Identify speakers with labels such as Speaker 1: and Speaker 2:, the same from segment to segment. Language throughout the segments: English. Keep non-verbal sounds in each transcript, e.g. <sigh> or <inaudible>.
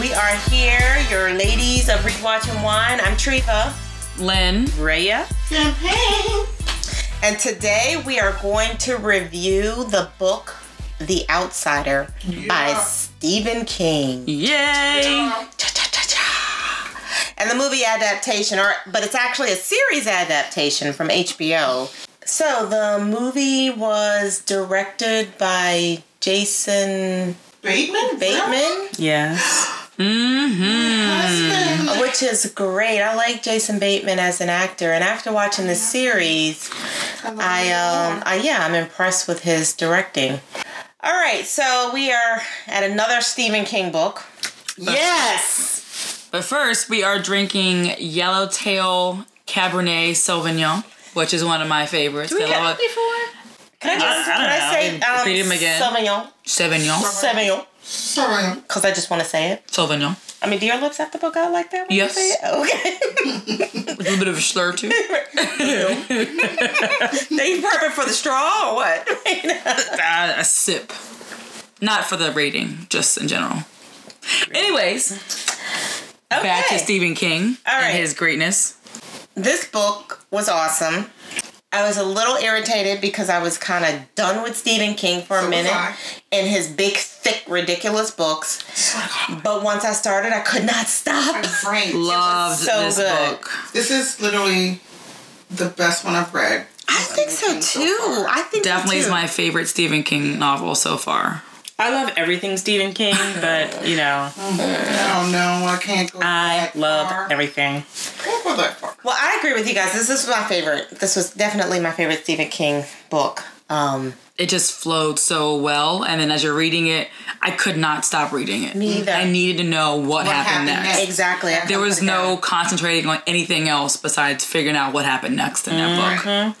Speaker 1: We are here, your ladies of Rewatch and Wine. I'm Treva.
Speaker 2: Lynn.
Speaker 1: Raya. And today we are going to review the book The Outsider by Stephen King.
Speaker 2: Yay!
Speaker 1: Cha-cha-cha-cha. And the movie adaptation, or but it's actually a series adaptation from HBO. So the movie was directed by Jason
Speaker 3: Bateman?
Speaker 1: Bateman,
Speaker 2: Yes. Mm-hmm.
Speaker 3: Husband. Oh,
Speaker 1: which is great. I like Jason Bateman as an actor, and after watching the series, I um I yeah, I'm impressed with his directing. All right, so we are at another Stephen King book.
Speaker 3: Yes.
Speaker 2: But first, we are drinking Yellowtail Cabernet Sauvignon, which is one of my favorites. I love it.
Speaker 3: before?
Speaker 1: Can I just
Speaker 2: I don't know.
Speaker 1: can I say
Speaker 2: Repeat
Speaker 1: um,
Speaker 2: him again.
Speaker 1: Sauvignon,
Speaker 2: Sauvignon.
Speaker 1: Sauvignon,
Speaker 3: Sorry.
Speaker 1: because I just want to say it.
Speaker 2: Sauvignon.
Speaker 1: I mean, do your lips have to book out like that? When
Speaker 2: Yes.
Speaker 1: You say it? Okay. <laughs>
Speaker 2: With a little bit of a slur too.
Speaker 1: they burping for the straw or what? <laughs>
Speaker 2: Uh, a sip. Not for the rating, just in general. Anyways, back to
Speaker 1: Okay.
Speaker 2: Stephen King
Speaker 1: All right.
Speaker 2: and his greatness.
Speaker 1: this book was awesome. I was a little irritated because I was kind of done with Stephen King for
Speaker 3: So
Speaker 1: a
Speaker 3: was
Speaker 1: minute
Speaker 3: I.
Speaker 1: and his big, thick, ridiculous books. But once I started, I could not stop.
Speaker 3: I'm frank.
Speaker 2: Loved
Speaker 1: so
Speaker 2: this
Speaker 1: good.
Speaker 2: book.
Speaker 3: This is literally the best one I've read.
Speaker 1: I think so too. I think so,
Speaker 2: Definitely is
Speaker 1: too.
Speaker 2: my favorite Stephen King novel so far.
Speaker 4: I love everything Stephen
Speaker 1: <laughs>
Speaker 4: King, but you know,
Speaker 3: I don't know. I can't
Speaker 1: Uh,
Speaker 3: go.
Speaker 4: I
Speaker 3: that far.
Speaker 4: love everything.
Speaker 3: Can't go that far.
Speaker 1: Well, I agree with you guys. This is my favorite. This was definitely my favorite Stephen King book. Um,
Speaker 2: it just flowed so well. And then as you're reading it, I could not stop reading it.
Speaker 1: Me either.
Speaker 2: I needed to know what, happened,
Speaker 3: happened
Speaker 2: next.
Speaker 3: next.
Speaker 1: exactly. I
Speaker 2: There was
Speaker 1: couldn't
Speaker 2: no concentrating on anything else besides figuring out what happened next in that book.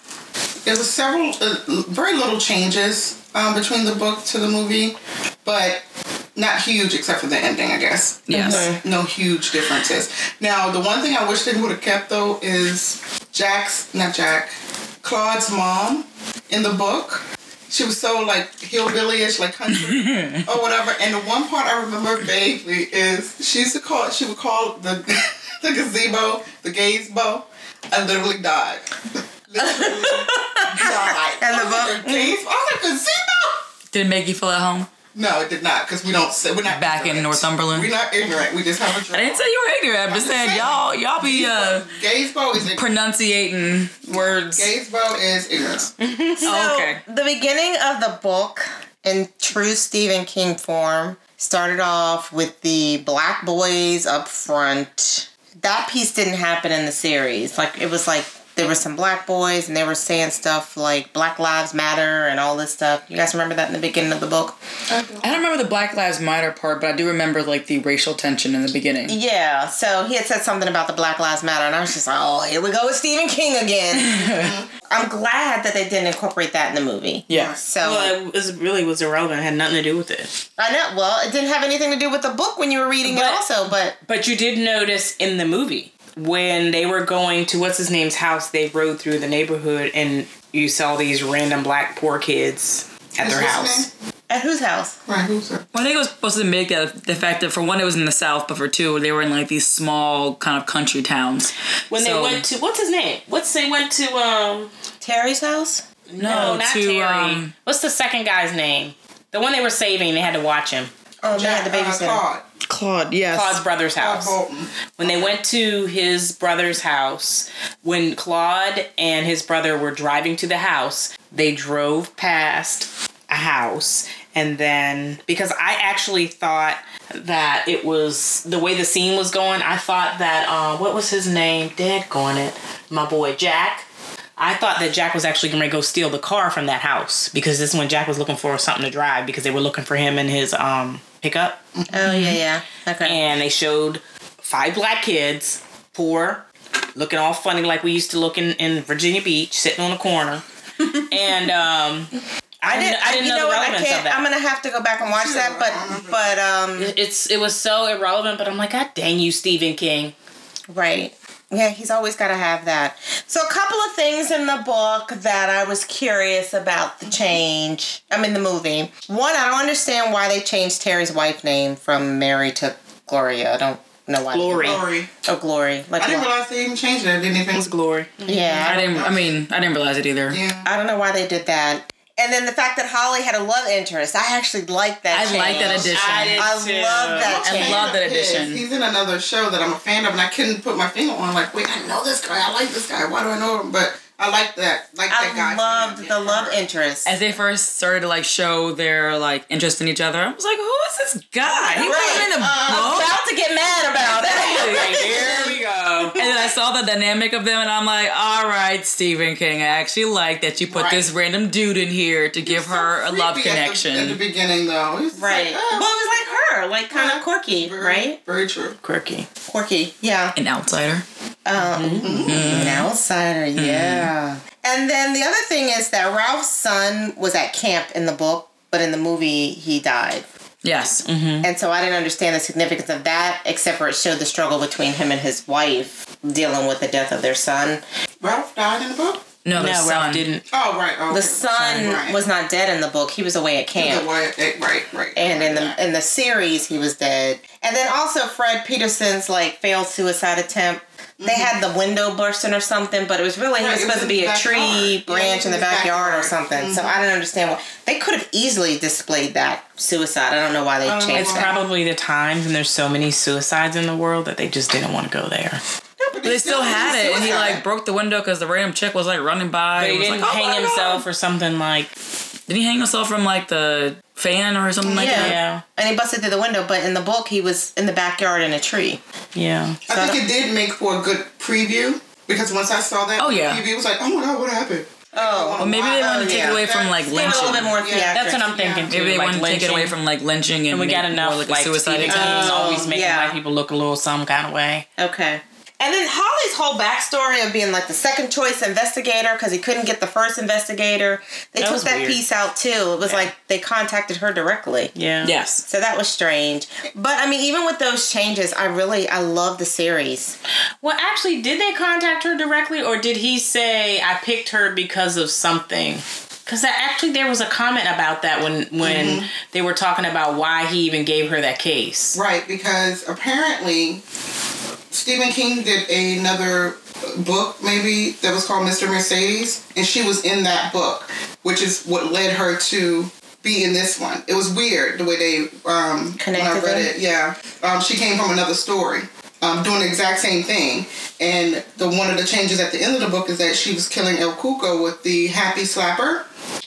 Speaker 3: There was several, uh, l- very little changes um, between the book to the movie, but not huge except for the ending, I guess.
Speaker 2: Yes.
Speaker 3: No huge differences. Now, the one thing I wish they would have kept though is Jack's, not Jack, Claude's mom in the book. She was so like hillbilly-ish, like country or whatever. And the one part I remember vaguely is she used to call she would call the <laughs> the gazebo the gazebo. I literally died. literally died.
Speaker 1: And the
Speaker 3: I was like,
Speaker 1: book-
Speaker 3: "The gazebo? I was like gazebo.
Speaker 2: Did it make you feel at home?
Speaker 3: No, it did not, because we don't. say- We're not
Speaker 2: Back in
Speaker 3: ignorant.
Speaker 2: Northumberland?
Speaker 3: We're not ignorant. We just have a
Speaker 2: I
Speaker 3: drink.
Speaker 2: didn't say you were ignorant. I'm just saying y'all y'all be uh
Speaker 3: Gazebo is ignorant.
Speaker 2: pronunciating words.
Speaker 3: Gazebo is ignorant.
Speaker 2: Oh,
Speaker 1: So,
Speaker 2: okay.
Speaker 1: The beginning of the book, in true Stephen King form, started off with the black boys up front. That piece didn't happen in the series. Like, it was like there were some black boys and they were saying stuff like Black Lives Matter and all this stuff. You guys remember that in the beginning of the book?
Speaker 2: I don't remember the Black Lives Matter part, but I do remember like the racial tension in the beginning.
Speaker 1: Yeah, so he had said something about the Black Lives Matter, and I was just like, oh, here we go with Stephen King again.
Speaker 2: <laughs>
Speaker 1: I'm glad that they didn't incorporate that in the movie.
Speaker 2: Yes.
Speaker 1: So
Speaker 4: Well, it was, really was irrelevant. It had nothing to do with it.
Speaker 1: I know. Well, it didn't have anything to do with the book when you were reading it,
Speaker 4: But-
Speaker 1: also. But
Speaker 4: But you did notice in the movie when they were going to what's his name's house, they rode through the neighborhood and you saw these random black poor kids at their
Speaker 3: What's
Speaker 4: house.
Speaker 3: his name?
Speaker 1: at whose house?
Speaker 3: Right, who's her?
Speaker 2: Well, I think it was supposed to make that the fact that for one it was in the South, but for two they were in like these small kind of country towns.
Speaker 4: When
Speaker 2: So-
Speaker 4: they went to what's his name? What's they went to um
Speaker 1: Terry's house.
Speaker 4: no, not
Speaker 2: to,
Speaker 4: Terry.
Speaker 2: um,
Speaker 4: what's the second guy's name? The one they were saving, they had to watch him.
Speaker 1: Oh, man, the
Speaker 3: uh,
Speaker 1: babysitter.
Speaker 3: Claude.
Speaker 2: Claude, yes.
Speaker 4: Claude's brother's
Speaker 3: Claude
Speaker 4: house.
Speaker 3: Bolton.
Speaker 4: when they went to his brother's house, when Claude and his brother were driving to the house, they drove past a house. And then, because I actually thought that it was the way the scene was going, I thought that, uh, what was his name? Dad going it. My boy, Jack. I thought that Jack was actually going to go steal the car from that house because this is when Jack was looking for something to drive because they were looking for him in his um, pickup
Speaker 1: Oh yeah, yeah. Okay.
Speaker 4: and they showed five black kids, poor, looking all funny like we used to look in, in Virginia Beach, sitting on a <laughs> corner. and um, I didn't, I didn't know, the
Speaker 1: what?
Speaker 4: relevance of that.
Speaker 1: I'm gonna have to go back and watch that, but but um,
Speaker 4: it's it was so irrelevant, but I'm like, God dang you, Stephen King.
Speaker 1: right. Yeah, he's always got to have that. So a couple of things in the book that I was curious about the change. I mean the movie. One, I don't understand why they changed Terry's wife name from Mary to Gloria. I don't know why.
Speaker 4: Glory.
Speaker 3: Glory.
Speaker 1: Oh, Glory. Like
Speaker 3: I didn't
Speaker 1: what?
Speaker 3: realize they even changed it. I didn't even.
Speaker 4: It was glory.
Speaker 1: yeah.
Speaker 2: I didn't. I mean, I didn't realize it either.
Speaker 3: Yeah.
Speaker 1: I don't know why they did that. And then the fact that Holly had a love interest, I actually like that.
Speaker 2: I
Speaker 1: change.
Speaker 2: like that addition.
Speaker 4: I did
Speaker 1: I
Speaker 4: too.
Speaker 1: love that
Speaker 2: I
Speaker 1: change.
Speaker 2: love that
Speaker 3: His.
Speaker 2: addition.
Speaker 3: He's in another show that I'm a fan of, and I couldn't put my finger on. Like, wait, I know this guy. I like this guy. Why do I know him? But I like that. Like that
Speaker 1: I
Speaker 3: guy.
Speaker 1: loved the love interest.
Speaker 2: As they first started to like show their like interest in each other, I was like, "Who is this guy? He wasn't in the
Speaker 1: Um,
Speaker 3: Uh,
Speaker 1: I'm
Speaker 2: book."
Speaker 1: about to get mad about it. <laughs>
Speaker 4: Here we go.
Speaker 2: And then I saw the dynamic of them, and I'm like, "All right, Stephen King, I actually like that you put
Speaker 3: Right.
Speaker 2: this random dude in here to give her a love
Speaker 3: Creepy at the-
Speaker 2: connection."
Speaker 3: at the, beginning, though. He was just
Speaker 1: Right.
Speaker 3: Like,
Speaker 1: Well, it
Speaker 3: oh,
Speaker 1: was like her, like kind of quirky,
Speaker 3: very,
Speaker 1: right?
Speaker 3: Very true.
Speaker 4: Quirky.
Speaker 1: Quirky, yeah.
Speaker 2: An outsider.
Speaker 1: Um,
Speaker 2: Mm-hmm.
Speaker 1: An outsider, yeah. And then the other thing is that Ralph's son was at camp in the book, but in the movie he died.
Speaker 2: Yes. mm-hmm.
Speaker 1: And so I didn't understand the significance of that, except for it showed the struggle between him and his wife dealing with the death of their son.
Speaker 3: Ralph died in the book.
Speaker 2: No, the
Speaker 4: no,
Speaker 2: son
Speaker 4: Ralph didn't.
Speaker 3: Oh right. Oh,
Speaker 1: The
Speaker 3: okay.
Speaker 1: son
Speaker 3: Right.
Speaker 1: was not dead in the book; he was away at
Speaker 3: The
Speaker 1: camp.
Speaker 3: Wyatt- eh, right. Right.
Speaker 1: And in the in the series, he was dead. And then also Fred Peterson's like failed suicide attempt. They had the window bursting or something, but it was really he
Speaker 3: Mm-hmm. Right,
Speaker 1: was
Speaker 3: it
Speaker 1: supposed
Speaker 3: was
Speaker 1: to
Speaker 3: in
Speaker 1: be
Speaker 3: the
Speaker 1: a tree
Speaker 3: backyard. Yeah, it
Speaker 1: branch
Speaker 3: was
Speaker 1: in
Speaker 3: in
Speaker 1: the
Speaker 3: the
Speaker 1: backyard or
Speaker 3: backyard. Mm-hmm.
Speaker 1: something. So I didn't understand why they could have easily displayed that suicide. I don't know why they
Speaker 3: don't know
Speaker 1: changed
Speaker 4: It's
Speaker 1: that.
Speaker 4: probably the times, and there's so many suicides in the world that they just didn't want to go there.
Speaker 2: But they still had it, and he like broke the window because the random chick was like running by.
Speaker 4: But
Speaker 2: and
Speaker 4: he
Speaker 2: was
Speaker 4: didn't
Speaker 2: like, "Oh my
Speaker 4: hang
Speaker 2: God."
Speaker 4: himself or something like.
Speaker 2: Did he hang himself from like the fan or something like
Speaker 1: Yeah.
Speaker 2: that?
Speaker 4: Yeah,
Speaker 1: and he busted through the window. But in the book, he was in the backyard in a tree.
Speaker 4: yeah.
Speaker 3: I think it did make for a good preview because once I saw that,
Speaker 2: Oh, yeah.
Speaker 3: preview, it was like, oh my god, what happened?
Speaker 1: Oh,
Speaker 3: Well,
Speaker 2: Maybe they
Speaker 3: Wow,
Speaker 2: wanted to take
Speaker 1: yeah.
Speaker 2: it away from like
Speaker 3: That's-
Speaker 1: Give it a little bit
Speaker 2: lynching.
Speaker 1: more
Speaker 3: Yeah,
Speaker 1: theatric.
Speaker 4: That's what I'm thinking
Speaker 3: Yeah.
Speaker 4: too.
Speaker 2: Maybe they
Speaker 4: like
Speaker 2: wanted to take it away
Speaker 4: lynching.
Speaker 2: from like lynching and
Speaker 4: And we
Speaker 2: make
Speaker 4: got
Speaker 2: it
Speaker 4: enough
Speaker 2: more like
Speaker 4: like,
Speaker 2: a suicide
Speaker 4: Stephen
Speaker 2: attempt.
Speaker 4: King's always making
Speaker 1: yeah.
Speaker 4: white people look a little some kind of way.
Speaker 1: Okay. And then Holly's whole backstory of being like the second choice investigator because he couldn't get the first investigator, they
Speaker 4: That
Speaker 1: took
Speaker 4: was
Speaker 1: that
Speaker 4: weird.
Speaker 1: piece out too. It was like they contacted her directly.
Speaker 4: Yeah.
Speaker 2: Yes.
Speaker 1: So that was strange. But I mean, even with those changes, I really I love the series.
Speaker 4: Well, actually, did they contact her directly, or did he say I picked her because of something? Because actually, there was a comment about that when when they were talking about why he even gave her that case.
Speaker 3: Right, because apparently Stephen King did another book, maybe that was called Mr. Mercedes, and she was in that book, which is what led her to be in this one. It was weird the way they um, when I
Speaker 1: Connected
Speaker 3: read
Speaker 1: them?
Speaker 3: it. Yeah, um, she came from another story. Um, doing the exact same thing, and the one of the changes at the end of the book is that she was killing El Cuco with the happy slapper,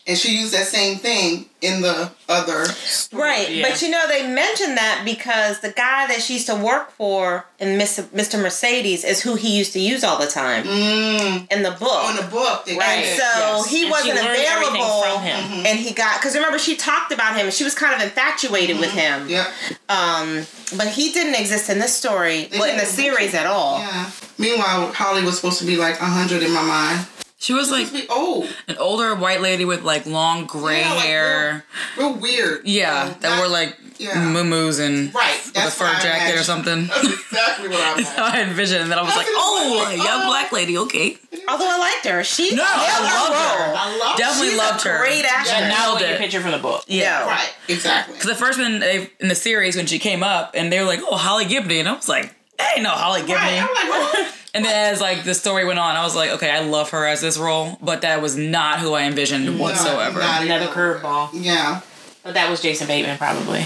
Speaker 3: and she used that same thing in the other.
Speaker 1: Right.
Speaker 4: Yeah.
Speaker 1: But you know, they mentioned that because the guy that she used to work for in Miss- Mr. Mercedes is who he used to use all the time in the book.
Speaker 3: On mm, the book, they
Speaker 1: And
Speaker 3: did.
Speaker 1: so
Speaker 4: Yes.
Speaker 1: he
Speaker 4: And she
Speaker 1: wasn't
Speaker 4: learned everything
Speaker 1: available Mm-hmm.
Speaker 4: from him.
Speaker 1: and he got because remember she talked about him and she was kind of infatuated with
Speaker 4: Mm-hmm.
Speaker 1: him
Speaker 3: Yep.
Speaker 1: um but he didn't exist in this story well, in the
Speaker 3: didn't.
Speaker 1: series at all
Speaker 3: Yeah. Meanwhile, Holly was supposed to be like 100 in my mind.
Speaker 2: She was like
Speaker 3: Supposed to be old.
Speaker 2: an older white lady with like long gray
Speaker 3: Yeah, like,
Speaker 2: hair.
Speaker 3: Real weird.
Speaker 2: yeah,
Speaker 3: Um,
Speaker 2: that
Speaker 3: not-
Speaker 2: were like
Speaker 3: yeah.
Speaker 2: moo-moos and
Speaker 3: Right,
Speaker 2: with a
Speaker 3: that's what
Speaker 2: fur
Speaker 3: I
Speaker 2: jacket or
Speaker 3: imagined.
Speaker 2: something. <laughs>
Speaker 3: That's <laughs> exactly what I meant.
Speaker 2: I had vision, and then I was like,
Speaker 3: Nothing
Speaker 2: "Oh,
Speaker 3: like-
Speaker 2: a young
Speaker 3: oh.
Speaker 2: black lady, okay."
Speaker 1: although i liked her she
Speaker 2: No, I
Speaker 1: nailed
Speaker 2: love her.
Speaker 1: role.
Speaker 3: I
Speaker 2: <laughs>
Speaker 3: love
Speaker 2: Definitely
Speaker 1: She's
Speaker 2: loved
Speaker 1: a
Speaker 2: her.
Speaker 1: great actress
Speaker 2: Yeah, now-
Speaker 4: Now
Speaker 2: Nailed
Speaker 4: your
Speaker 2: it.
Speaker 4: picture from the book.
Speaker 1: Yeah.
Speaker 3: Right, exactly.
Speaker 2: Because at first, when they in the series, when she came up, and they were like, "Oh, Holly Gibney," and I was like, "That ain't no Holly Gibney."
Speaker 3: Right, I'm like, well,
Speaker 2: And then as like the story went on, I was like, "Okay, I love her as this role," but that was not who I envisioned <laughs> whatsoever.
Speaker 3: not
Speaker 4: Another
Speaker 3: even.
Speaker 4: curveball.
Speaker 3: Yeah.
Speaker 4: But that was Jason Bateman, probably.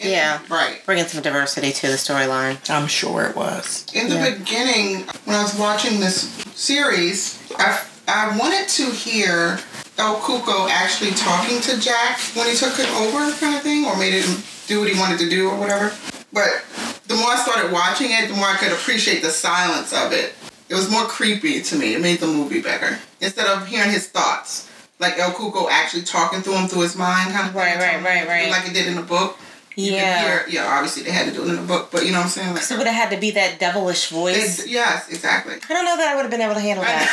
Speaker 1: yeah
Speaker 3: Right.
Speaker 1: bringing some diversity to the storyline
Speaker 4: I'm sure it was.
Speaker 3: In the beginning, when I was watching this series, I, I wanted to hear El Cuco actually talking to Jack when he took it over, kind of thing, or made him do what he wanted to do or whatever. But the more I started watching it, the more I could appreciate the silence of it. It was more creepy to me. It made the movie better. Instead of hearing his thoughts, like El Cuco actually talking through him through his mind, kind of thing,
Speaker 1: Right, right, right, right.
Speaker 3: Like it did in the book. You could hear- yeah, obviously they had to do it in the book, but you know what I'm saying? Like,
Speaker 1: so it would have had to be that devilish voice
Speaker 3: it's, yes, exactly.
Speaker 1: I don't know that I would have been able to handle that.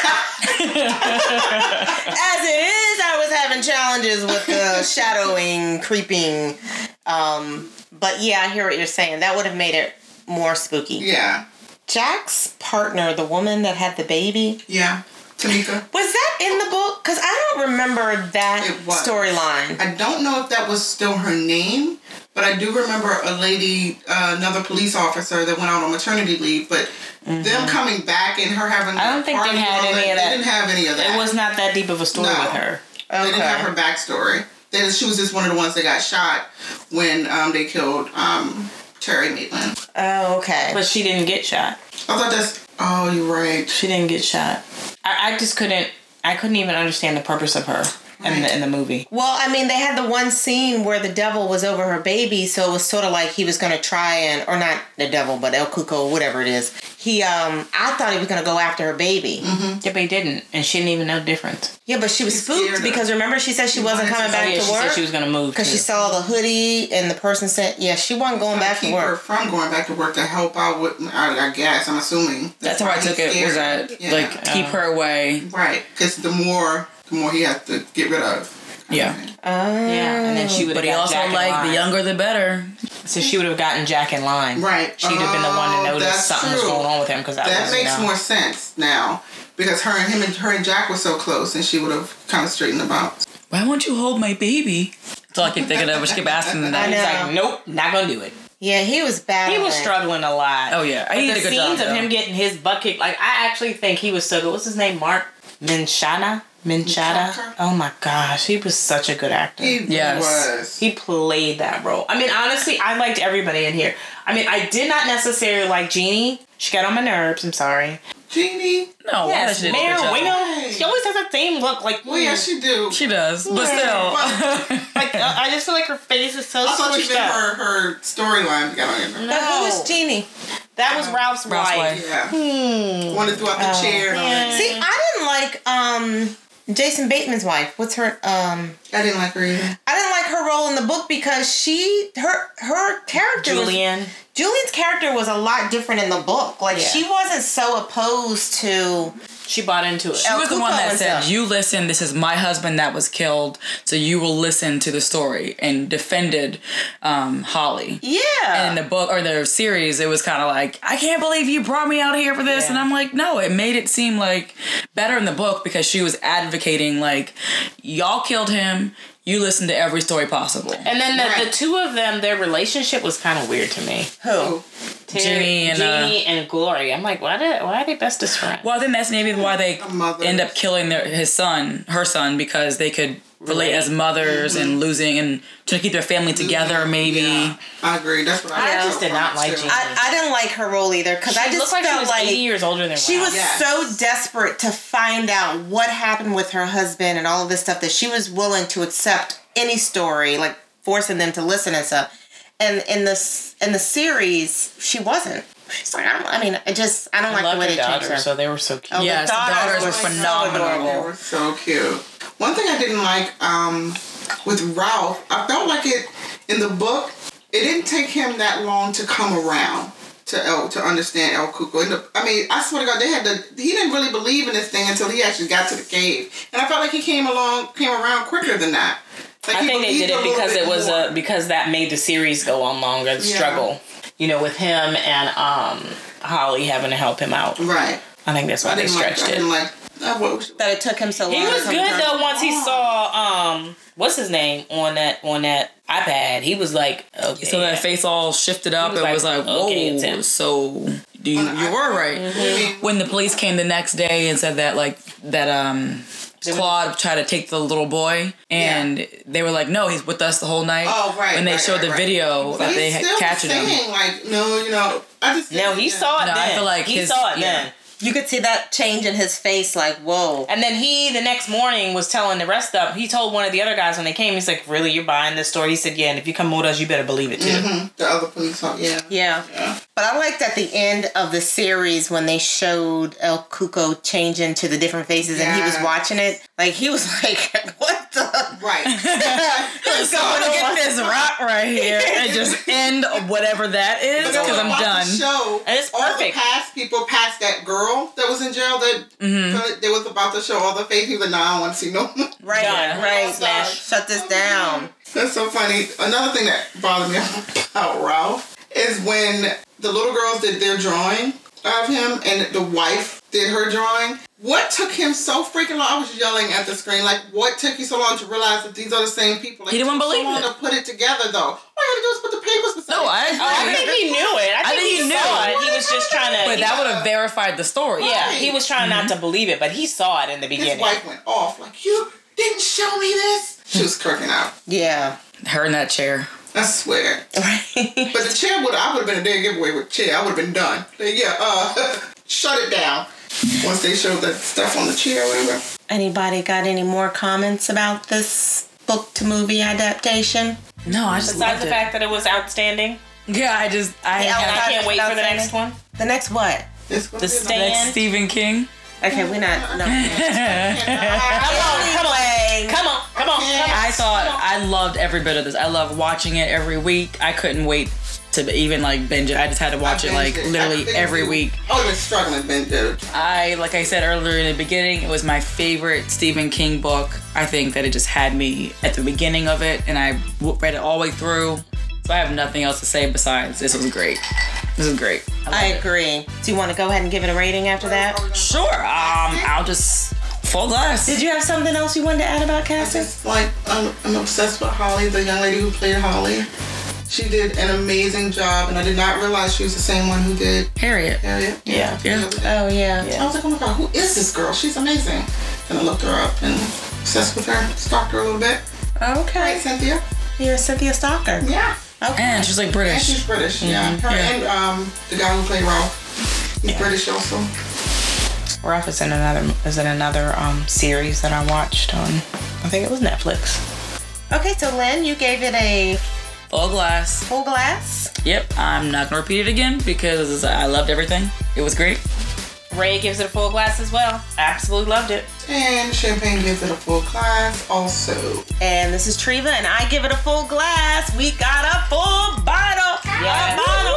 Speaker 1: As it is, I was having challenges with the shadowing, creeping. Um, but yeah, I hear what you're saying. That would have made it more spooky.
Speaker 3: Yeah,
Speaker 1: Jack's partner, the woman that had the baby,
Speaker 3: yeah. Tamika.
Speaker 1: was that in the book? Because I don't remember that
Speaker 3: It was.
Speaker 1: storyline.
Speaker 3: I don't know if that was still her name, but But I do remember a lady, uh, another police officer that went out on maternity leave, but them coming back and her having.
Speaker 4: Mm-hmm. I
Speaker 3: that
Speaker 4: don't think they
Speaker 3: party and
Speaker 4: had
Speaker 3: all
Speaker 4: any of that.
Speaker 3: They didn't have any of that.
Speaker 4: It was not that deep of a story
Speaker 3: No.
Speaker 4: with her.
Speaker 3: They didn't have
Speaker 1: Okay.
Speaker 3: her backstory. Then she was just one of the ones that got shot when um, they killed um, Terry Maitland.
Speaker 1: Oh, okay.
Speaker 4: But she didn't get shot.
Speaker 3: I thought that's. Oh, you're right.
Speaker 4: She didn't get shot. I, I just couldn't. I couldn't even understand the purpose of her in the in the movie.
Speaker 1: Well, I mean, they had the one scene where the devil was over her baby, so it was sort of like he was going to try and, or not the devil, but El Cuco, whatever it is. He, um, I thought he was going to go after her baby.
Speaker 4: Yeah, but he didn't, and she didn't even know the difference.
Speaker 1: Yeah, but she was
Speaker 3: scared
Speaker 1: spooked
Speaker 3: of-
Speaker 1: because remember she said she wasn't
Speaker 3: wanted
Speaker 1: coming
Speaker 3: to-
Speaker 1: back
Speaker 4: Oh, yeah,
Speaker 1: to
Speaker 4: she
Speaker 1: work
Speaker 4: said she was gonna move
Speaker 1: because she
Speaker 4: too.
Speaker 1: saw the hoodie and the person said, yeah, she wasn't going back
Speaker 3: Keep
Speaker 1: to
Speaker 3: her
Speaker 1: work.
Speaker 3: from going back to work to help out with. I, I guess I'm assuming.
Speaker 2: That's how I
Speaker 3: why
Speaker 2: took
Speaker 3: he's
Speaker 2: it. Was
Speaker 3: scared.
Speaker 2: that
Speaker 3: Yeah.
Speaker 2: like keep her away?
Speaker 3: right? Because the more, the more he has to get rid of.
Speaker 2: Yeah.
Speaker 1: Oh.
Speaker 4: Yeah, and then she would
Speaker 2: But
Speaker 4: have
Speaker 2: he
Speaker 4: got
Speaker 2: also
Speaker 4: Jack in
Speaker 2: like the
Speaker 4: line.
Speaker 2: younger the better.
Speaker 4: So she would have gotten Jack in line.
Speaker 3: Right.
Speaker 4: She'd have been the one
Speaker 3: Oh,
Speaker 4: to notice
Speaker 3: that's
Speaker 4: something was
Speaker 3: true.
Speaker 4: going on with him because I
Speaker 3: That
Speaker 4: wasn't
Speaker 3: makes
Speaker 4: know.
Speaker 3: more sense now because her and him and her and Jack were so close, and she would have kind of straightened him out.
Speaker 2: Why won't you hold my baby? That's all I keep thinking of. I keep asking them
Speaker 1: I
Speaker 2: that.
Speaker 1: know.
Speaker 4: He's like, nope, not gonna do it.
Speaker 1: Yeah, he was bad.
Speaker 4: He was struggling a lot.
Speaker 2: Oh yeah, I
Speaker 4: But
Speaker 2: did
Speaker 4: the
Speaker 2: a good job.
Speaker 4: scenes of
Speaker 2: though.
Speaker 4: him getting his butt kicked, like I actually think he was so good. What's his name? Mark Minchana. Minchata.
Speaker 3: Minchata.
Speaker 4: Oh my gosh, he was such a good actor.
Speaker 3: He
Speaker 2: Yes.
Speaker 3: was.
Speaker 4: He played that role. I mean, honestly, I liked everybody in here. I mean, I did not necessarily like Jeannie. She got on my nerves. I'm sorry.
Speaker 3: Jeannie.
Speaker 2: no, I thought
Speaker 4: Yes,
Speaker 2: she did a
Speaker 4: Mayor
Speaker 2: good job.
Speaker 4: Wingham. She always has that same look. Like, mm,
Speaker 3: Well, yeah, she do.
Speaker 2: She does, but still.
Speaker 4: like uh, I just feel like her face is so
Speaker 3: I thought you
Speaker 4: squished
Speaker 3: meant
Speaker 4: up.
Speaker 3: her her storyline got on your nerves.
Speaker 1: But who
Speaker 4: No.
Speaker 1: was Jeannie?
Speaker 4: That was Ralph's,
Speaker 2: Ralph's
Speaker 4: wife.
Speaker 2: wife.
Speaker 3: Yeah.
Speaker 4: Hmm.
Speaker 3: Wanted throughout the
Speaker 4: Oh,
Speaker 3: chair. And all that.
Speaker 1: See,
Speaker 4: Mm-hmm.
Speaker 1: I didn't like, um, Jason Bateman's wife. What's her, um,
Speaker 3: I didn't like her either.
Speaker 1: I didn't like her role in the book because she, her, her character was
Speaker 4: Julian.
Speaker 1: Julian's character was a lot different in the book. Like
Speaker 4: Yeah.
Speaker 1: she wasn't so opposed to
Speaker 4: She bought into it.
Speaker 2: She was the
Speaker 1: Cuco
Speaker 2: one that
Speaker 1: is
Speaker 2: said,
Speaker 1: up.
Speaker 2: "You listen. This is my husband that was killed, so you will listen to the story." And defended um, Holly.
Speaker 1: yeah.
Speaker 2: And in the book or the series, it was kind of like, "I can't believe you brought me out here for this,"
Speaker 4: Yeah.
Speaker 2: and I'm like, "No." It made it seem like better in the book because she was advocating like, "Y'all killed him. You listen to every story possible."
Speaker 4: And then the, the
Speaker 3: Right.
Speaker 4: two of them, their relationship was kind of weird to me.
Speaker 1: Who?
Speaker 4: Terry,
Speaker 2: Jeannie and, uh,
Speaker 4: Jeannie and Glory. I'm like, why did why are they bestest friends?
Speaker 2: Well, I think that's maybe why they
Speaker 3: mother.
Speaker 2: end up killing their his son, her son, because they could relate as mothers and losing and trying to keep their family together, maybe.
Speaker 3: Mm-hmm. Yeah, I agree. That's what I.
Speaker 4: I just did not like Jeannie.
Speaker 1: I, I didn't like her role either because I
Speaker 4: She
Speaker 1: just
Speaker 4: looked like she
Speaker 1: felt
Speaker 4: was
Speaker 1: like
Speaker 4: 80 years older than
Speaker 1: she was
Speaker 4: Ralph.
Speaker 3: Yes.
Speaker 1: so desperate to find out what happened with her husband and all of this stuff that she was willing to accept any story, like forcing them to listen and stuff. And in this in the series, she wasn't. She's like, I, don't, I mean, I just I don't
Speaker 4: I
Speaker 1: like the
Speaker 4: love
Speaker 1: way
Speaker 4: her
Speaker 1: they changed
Speaker 4: daughter,
Speaker 1: her.
Speaker 4: so they were so cute.
Speaker 1: Oh,
Speaker 2: Yes, the daughters were
Speaker 1: so
Speaker 2: phenomenal.
Speaker 1: adorable.
Speaker 3: They were so cute. One thing I didn't like um, with Ralph, I felt like it in the book. It didn't take him that long to come around to El to understand El Cuco. And the, I mean, I swear to God, they had to. He didn't really believe in this thing until he actually got to the cave, and I felt like he came along, came around quicker than that. Like
Speaker 4: I
Speaker 3: he
Speaker 4: think they
Speaker 3: believed
Speaker 4: did
Speaker 3: a
Speaker 4: it
Speaker 3: little
Speaker 4: because
Speaker 3: bit
Speaker 4: it was uh,
Speaker 3: more.
Speaker 4: a because that made the series go on longer. The
Speaker 3: Yeah.
Speaker 4: struggle, you know, with him and um Holly having to help him out.
Speaker 3: right.
Speaker 4: I think that's why
Speaker 3: I
Speaker 4: they
Speaker 3: didn't like.
Speaker 4: stretched
Speaker 3: I
Speaker 4: it.
Speaker 3: didn't like. I, what,
Speaker 1: That it took him so long.
Speaker 4: He was
Speaker 3: Sometimes.
Speaker 4: good though once he saw um what's his name on that on that iPad. He was like okay.
Speaker 2: So that face all shifted up
Speaker 4: was
Speaker 2: and was
Speaker 4: like,
Speaker 2: like, whoa.
Speaker 4: "Okay, it's him."
Speaker 2: so you, you were right.
Speaker 4: Mm-hmm.
Speaker 2: When the police came the next day and said that, like, that, um, Claude tried to take the little boy, and they were like, "No, he's with us the whole night."
Speaker 3: Oh, right,
Speaker 2: When they
Speaker 3: right,
Speaker 2: showed
Speaker 3: right,
Speaker 2: the
Speaker 3: right.
Speaker 2: video that
Speaker 3: He's
Speaker 2: they had
Speaker 3: still
Speaker 2: captured
Speaker 3: saying,
Speaker 2: him,
Speaker 3: Like no, you know, I just
Speaker 4: Now he
Speaker 3: yeah.
Speaker 4: saw it.
Speaker 2: No, I
Speaker 4: then.
Speaker 2: feel like
Speaker 4: he
Speaker 2: his-
Speaker 4: saw it
Speaker 2: yeah.
Speaker 4: then.
Speaker 1: You could see that change in his face, like, whoa.
Speaker 4: And then he the next morning was telling the rest of he told one of the other guys when they came, he's like, Really, you're buying this story? He said, Yeah, and if you come with us, you better believe it too.
Speaker 3: Mhm, the other police officer. Yeah.
Speaker 1: Yeah. But I liked at the end of the series when they showed El Cuco changing to the different faces and he was
Speaker 3: Yeah.
Speaker 1: watching it. Like, he was <laughs> like, what the? <laughs>
Speaker 3: Right.
Speaker 4: <laughs>
Speaker 1: What's
Speaker 2: I'm
Speaker 1: going
Speaker 2: gonna get
Speaker 1: on?
Speaker 2: this rock right here and just end whatever that is
Speaker 3: But then
Speaker 2: because I'm
Speaker 3: when I watched the
Speaker 2: done.
Speaker 3: Show,
Speaker 4: And it's
Speaker 3: all the
Speaker 4: perfect.
Speaker 3: past people past that girl that was in jail that
Speaker 4: Mm-hmm.
Speaker 3: that they was about to show all the face. He was like, "Nah, I don't want to see no." more."
Speaker 1: Right,
Speaker 4: Yeah.
Speaker 1: right.
Speaker 3: Smash.
Speaker 1: Shut this down.
Speaker 3: That's so funny. Another thing that bothered me about Ralph is when the little girls did their drawing of him and the wife did her drawing. What took him so freaking long? I was yelling at the screen. Like, what took you so long to realize that these are the same people? Like,
Speaker 2: He didn't
Speaker 3: it took
Speaker 2: believe
Speaker 3: so long
Speaker 2: it.
Speaker 3: to put it together, though. All you had to do is put the papers beside.
Speaker 2: No,
Speaker 3: it.
Speaker 2: I
Speaker 4: Oh, I
Speaker 2: agree.
Speaker 4: think he knew it. I
Speaker 2: think
Speaker 4: think, he,
Speaker 2: he knew
Speaker 4: saw
Speaker 2: it.
Speaker 4: it. He was just trying to.
Speaker 2: but that would have verified the story.
Speaker 4: yeah,
Speaker 3: Right.
Speaker 4: he was trying not to believe it, but he saw it in the
Speaker 3: His
Speaker 4: beginning.
Speaker 3: wife went off. Like, you didn't show me this. She was crooking out.
Speaker 1: Yeah. <laughs>
Speaker 2: Her in that chair.
Speaker 3: I swear.
Speaker 1: Right.
Speaker 3: But the chair would I would have been a dead giveaway with chair. I would have been done. Like, yeah, uh, <laughs> shut it down. Once they showed that stuff on the chair, or whatever.
Speaker 1: Anybody got any more comments about this book to movie adaptation?
Speaker 2: No, I just
Speaker 4: Besides
Speaker 2: loved
Speaker 4: the
Speaker 2: it.
Speaker 4: fact that it was outstanding,
Speaker 2: <laughs> yeah, I just I
Speaker 1: Yeah,
Speaker 4: and
Speaker 2: had
Speaker 4: I
Speaker 1: Outside
Speaker 4: can't
Speaker 1: is
Speaker 4: wait for the
Speaker 1: outstanding.
Speaker 4: next one.
Speaker 1: The next what?
Speaker 3: It's gonna
Speaker 4: The
Speaker 3: be another-
Speaker 4: stand.
Speaker 2: like Stephen King.
Speaker 1: Okay, we're not. No.
Speaker 4: Come on,
Speaker 1: anyway,
Speaker 4: come on, come on, come on.
Speaker 2: I thought I loved every bit of this. I loved watching it every week. I couldn't wait to even like binge it. I just had to watch it like literally every week.
Speaker 3: I would have been struggling, been dude.
Speaker 2: I like I said earlier in the beginning, it was my favorite Stephen King book. I think that it just had me at the beginning of it, and I w- read it all the way through. So I have nothing else to say besides this was great. This is great. I
Speaker 1: I
Speaker 2: love it.
Speaker 1: agree. Do you want to go ahead and give it a rating after that?
Speaker 2: Sure. Um, I'll just full glass.
Speaker 1: Did you have something else you wanted to add about Cassie?
Speaker 3: Just like I'm, I'm obsessed with Holly, the young lady who played Holly. She did an amazing job, and I did not realize she was the same one who did
Speaker 2: Harriet?
Speaker 3: Harriet.
Speaker 4: Yeah.
Speaker 2: Yeah.
Speaker 1: Oh yeah.
Speaker 3: I was like, oh my god, who is this girl? She's amazing. And I looked her up and obsessed with her, stalked her a little bit. Right,
Speaker 1: Okay.
Speaker 3: Cynthia?
Speaker 1: You're a Cynthia Stalker.
Speaker 3: Yeah.
Speaker 2: And she's like
Speaker 3: And
Speaker 2: British.
Speaker 3: she's British, yeah. Her
Speaker 2: Yeah.
Speaker 3: and um, the guy who played Ralph. He's British also.
Speaker 4: Ralph is in another is in another um series that I watched on. I think it was Netflix.
Speaker 1: Okay, so Lynn, you gave it a
Speaker 2: Full glass.
Speaker 1: full glass.
Speaker 2: Yep, I'm not gonna repeat it again because I loved everything. It was great.
Speaker 4: Ray gives it a full glass as well. Absolutely loved it.
Speaker 3: And Champagne gives it a full class also.
Speaker 1: And this is Treva, and I give it a full glass. We got a full bottle. A
Speaker 4: Yes.
Speaker 1: bottle.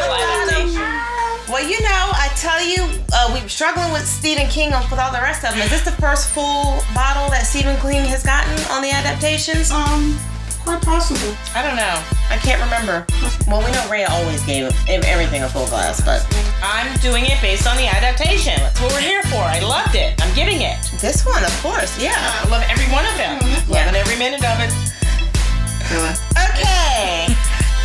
Speaker 1: A bottle. Well, you know, I tell you, uh, we were struggling with Stephen King on- with all the rest of them. Is this the first full bottle that Stephen King has gotten on the adaptations?
Speaker 3: Um, quite possible.
Speaker 4: I don't know.
Speaker 1: I can't remember. Well, we know Ray always gave ev- everything a full glass, but
Speaker 4: I'm doing it based on the adaptation. That's what we're here for. I loved it. I'm giving it.
Speaker 1: this one, of course, yeah. Mm-hmm.
Speaker 4: I love every one of them. Loving every minute of it.
Speaker 3: Really?
Speaker 1: Okay.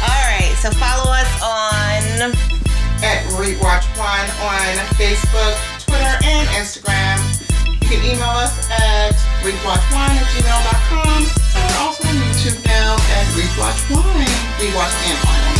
Speaker 1: all right. So follow us on
Speaker 3: At Rewatch One on Facebook, Twitter, and Instagram. You can email us at rewatch1 at gmail.com. And we're also on YouTube now at rewatch1. Rewatch and one.